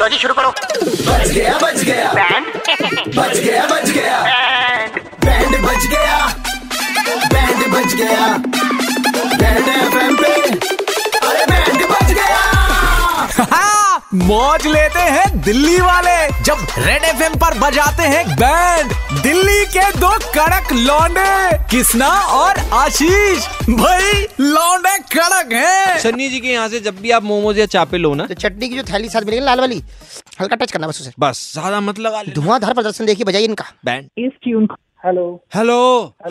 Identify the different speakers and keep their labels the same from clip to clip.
Speaker 1: लो जी शुरू करो
Speaker 2: तो
Speaker 3: बच गया बच गया
Speaker 1: बैंड
Speaker 3: बच गया बच गया
Speaker 1: बैंड
Speaker 3: बैंड बच गया बैंड बच गया बैंड एफएम पे अरे बैंड बच गया
Speaker 4: हाँ, मौज लेते हैं दिल्ली वाले जब रेड एफ पर बजाते हैं बैंड दिल्ली के दो कड़क लौंडे किसना और आशीष भाई लौंडे कड़क हैं
Speaker 5: सन्नी जी के यहाँ से जब भी आप मोमोज या चापे लो ना
Speaker 2: तो चटनी की जो थैली साथ मिलेगी लाल वाली हल्का टच करना बस उसे
Speaker 5: बस ज्यादा मत लगा ले
Speaker 2: धुआंधार प्रदर्शन देखिए बजाइए इनका
Speaker 5: बैंड
Speaker 6: इस ट्यून को हेलो
Speaker 5: हेलो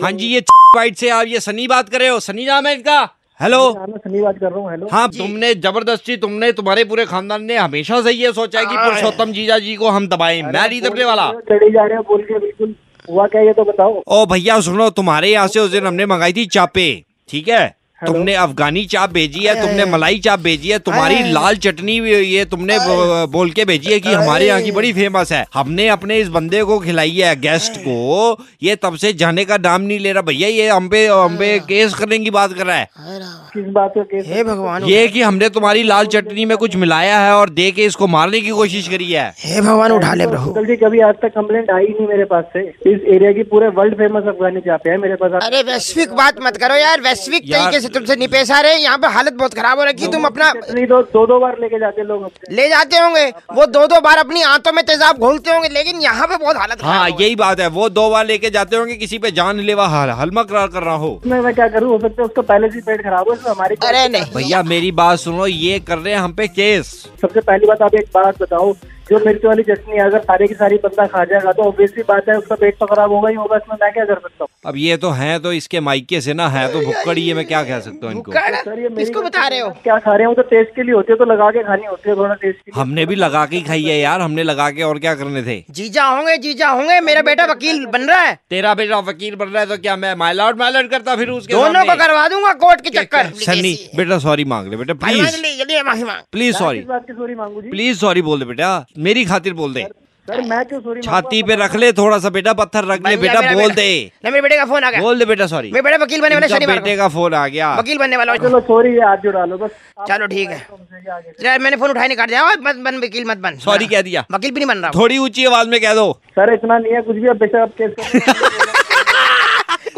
Speaker 5: हाँ जी ये वाइट से आप ये सनी बात कर रहे हो सनी नाम है इनका हेलो
Speaker 6: हाँ, मैं सनी बात कर रहा हूँ हेलो
Speaker 5: हाँ तुमने जबरदस्ती तुमने तुम्हारे पूरे खानदान ने हमेशा से ये सोचा है कि
Speaker 6: हाँ।
Speaker 5: पुरुषोत्तम जीजा जी को हम दबाएं मैं नहीं दबने वाला
Speaker 6: चढ़े जा रहे हो बोल के बिल्कुल हुआ क्या ये तो बताओ
Speaker 5: ओ भैया सुनो तुम्हारे यहाँ से उस दिन हमने मंगाई थी चापे ठीक है तुमने अफगानी चाप भेजी है तुमने मलाई चाप भेजी है तुम्हारी लाल चटनी भी ये तुमने ब- बोल के भेजी है कि हमारे यहाँ की बड़ी फेमस है हमने अपने इस बंदे को खिलाई है गेस्ट को ये तब से जाने का नाम नहीं ले रहा भैया ये हम पे हम पे केस करने की बात कर रहा है
Speaker 6: किस बात का केस
Speaker 2: हे भगवान
Speaker 5: ये कि हमने तुम्हारी लाल चटनी में कुछ मिलाया है और दे के इसको मारने की कोशिश करी है
Speaker 2: हे भगवान उठा ले प्रभु
Speaker 6: अंकल जी कभी आज तक कंप्लेंट आई नहीं मेरे पास से इस एरिया की पूरे वर्ल्ड फेमस अफगानी चापे है मेरे पास आप-
Speaker 2: अरे वैश्विक बात मत करो यार वैश्विक
Speaker 5: यार-
Speaker 2: तरीके से तुमसे निपेश आ रहे हैं यहाँ पे हालत बहुत खराब हो रखी है, तुम अपना
Speaker 6: चटनी तो दो दो बार लेके जाते लोग हमसे
Speaker 2: ले जाते होंगे वो दो दो बार अपनी आंतों में तेजाब घोलते होंगे लेकिन यहाँ पे बहुत हालत खराब
Speaker 5: हाँ
Speaker 2: हो गई।
Speaker 5: यही बात है वो दो बार लेके जाते होंगे किसी पे जानलेवा हल- हलमा करार कर रहा हो
Speaker 6: इसमें मैं क्या करूँ हो सकता है उसका पहले से ही पेट खराब हो इसमें हमारी कोई-
Speaker 2: अरे नहीं
Speaker 5: भैया मेरी बात सुनो ये कर रहे हैं हम पे केस
Speaker 6: सबसे पहली बात आप एक बात बताओ जो मिर्च वाली चटनी है अगर सारी की सारी बंदा खा जाएगा तो ऑब्वियसली बात है उसका पेट तो खराब होगा ही होगा इसमें मैं क्या कर सकता हूँ
Speaker 5: अब ये तो है तो इसके मायके से ना है तो भुक्कड़ ही है मैं क्या कह सकता हूँ इनको
Speaker 6: सर,
Speaker 2: भुक्कड़
Speaker 6: ये मेरी
Speaker 2: किसको
Speaker 6: बात
Speaker 2: बता
Speaker 6: है,
Speaker 2: रहे हो
Speaker 6: क्या खा रहे हो तो टेस्ट के लिए होती है तो लगा के खानी होती है थोड़ा टेस्ट के लिए
Speaker 5: हमने भी लगा के ही खाई है यार हमने लगा के और क्या करने थे
Speaker 2: जीजा होंगे जीजा होंगे मेरा बेटा वकील बन रहा है
Speaker 5: तेरा बेटा वकील बन रहा है तो क्या मैं माइलॉर्ड माइलॉर्ड करता फिर उसके
Speaker 2: दोनों को
Speaker 5: सामने?
Speaker 2: करवा दूंगा कोर्ट के चक्कर
Speaker 5: सन्नी बेटा सॉरी मांग ले बेटा प्लीज
Speaker 2: जल्दी माफी मांग
Speaker 5: प्लीज सॉरी
Speaker 6: इस बात की सॉरी मांगू जी
Speaker 5: प्लीज सॉरी बोल दे बेटा मेरी खातिर बोल दे
Speaker 6: सर मैं क्यों सॉरी
Speaker 5: छाती पे रख ले थोड़ा सा बेटा पत्थर रख ले
Speaker 2: भाई,
Speaker 5: बेटा
Speaker 2: मेरा-
Speaker 5: बोल
Speaker 2: मेरा-
Speaker 5: दे
Speaker 2: ना, मेरे बेटे का फोन आ गया
Speaker 5: बोल दे बेटा सॉरी
Speaker 2: मेरे बेटा वकील बनने वाला है
Speaker 5: इनका
Speaker 2: शनिवार
Speaker 5: बेटे
Speaker 2: को
Speaker 5: का फोन आ गया
Speaker 2: वकील बनने वाला हूँ।
Speaker 6: चलो सॉरी ये हाथ जुड़ा लो बस आप-
Speaker 2: चलो ठीक है
Speaker 6: हमसे क्या आगे।
Speaker 2: जरा मैंने फोन उठाने काट दिया मत बन वकील मत बन हाँ।
Speaker 5: सॉरी कह दिया
Speaker 2: वकील भी नहीं बन रहा हूँ।
Speaker 5: थोड़ी ऊंची आवाज में कह दो
Speaker 6: सर इतना नहीं है कुछ भी अब बेशक आप केस करो।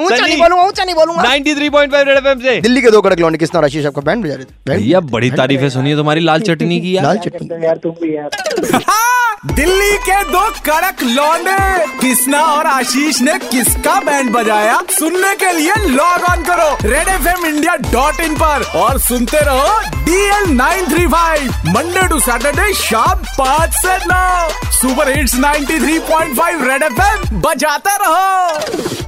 Speaker 2: ऊंचा
Speaker 5: सनी।
Speaker 2: नहीं बोलूंगा ऊंचा नहीं बोलूंगा
Speaker 5: 93.5 रेड एफएम से
Speaker 2: दिल्ली के दो कड़क लौंडे किसना और आशीष आपको बैंड बजा रहे थे बैंड
Speaker 5: भैया बड़ी तारीफें सुनिए तुम्हारी लाल चटनी की यार
Speaker 2: लाल चटनी
Speaker 6: यार तुम भी यार
Speaker 4: हाँ, दिल्ली के दो कड़क लौंडे किसना और आशीष ने किसका बैंड बजाया सुनने के लिए लॉग ऑन करो redfmindia.in पर और सुनते रहो DL nine three five Monday to Saturday शाम पाँच से नौ सुपर हिट्स 93.5 रेड एफ बजाते रहो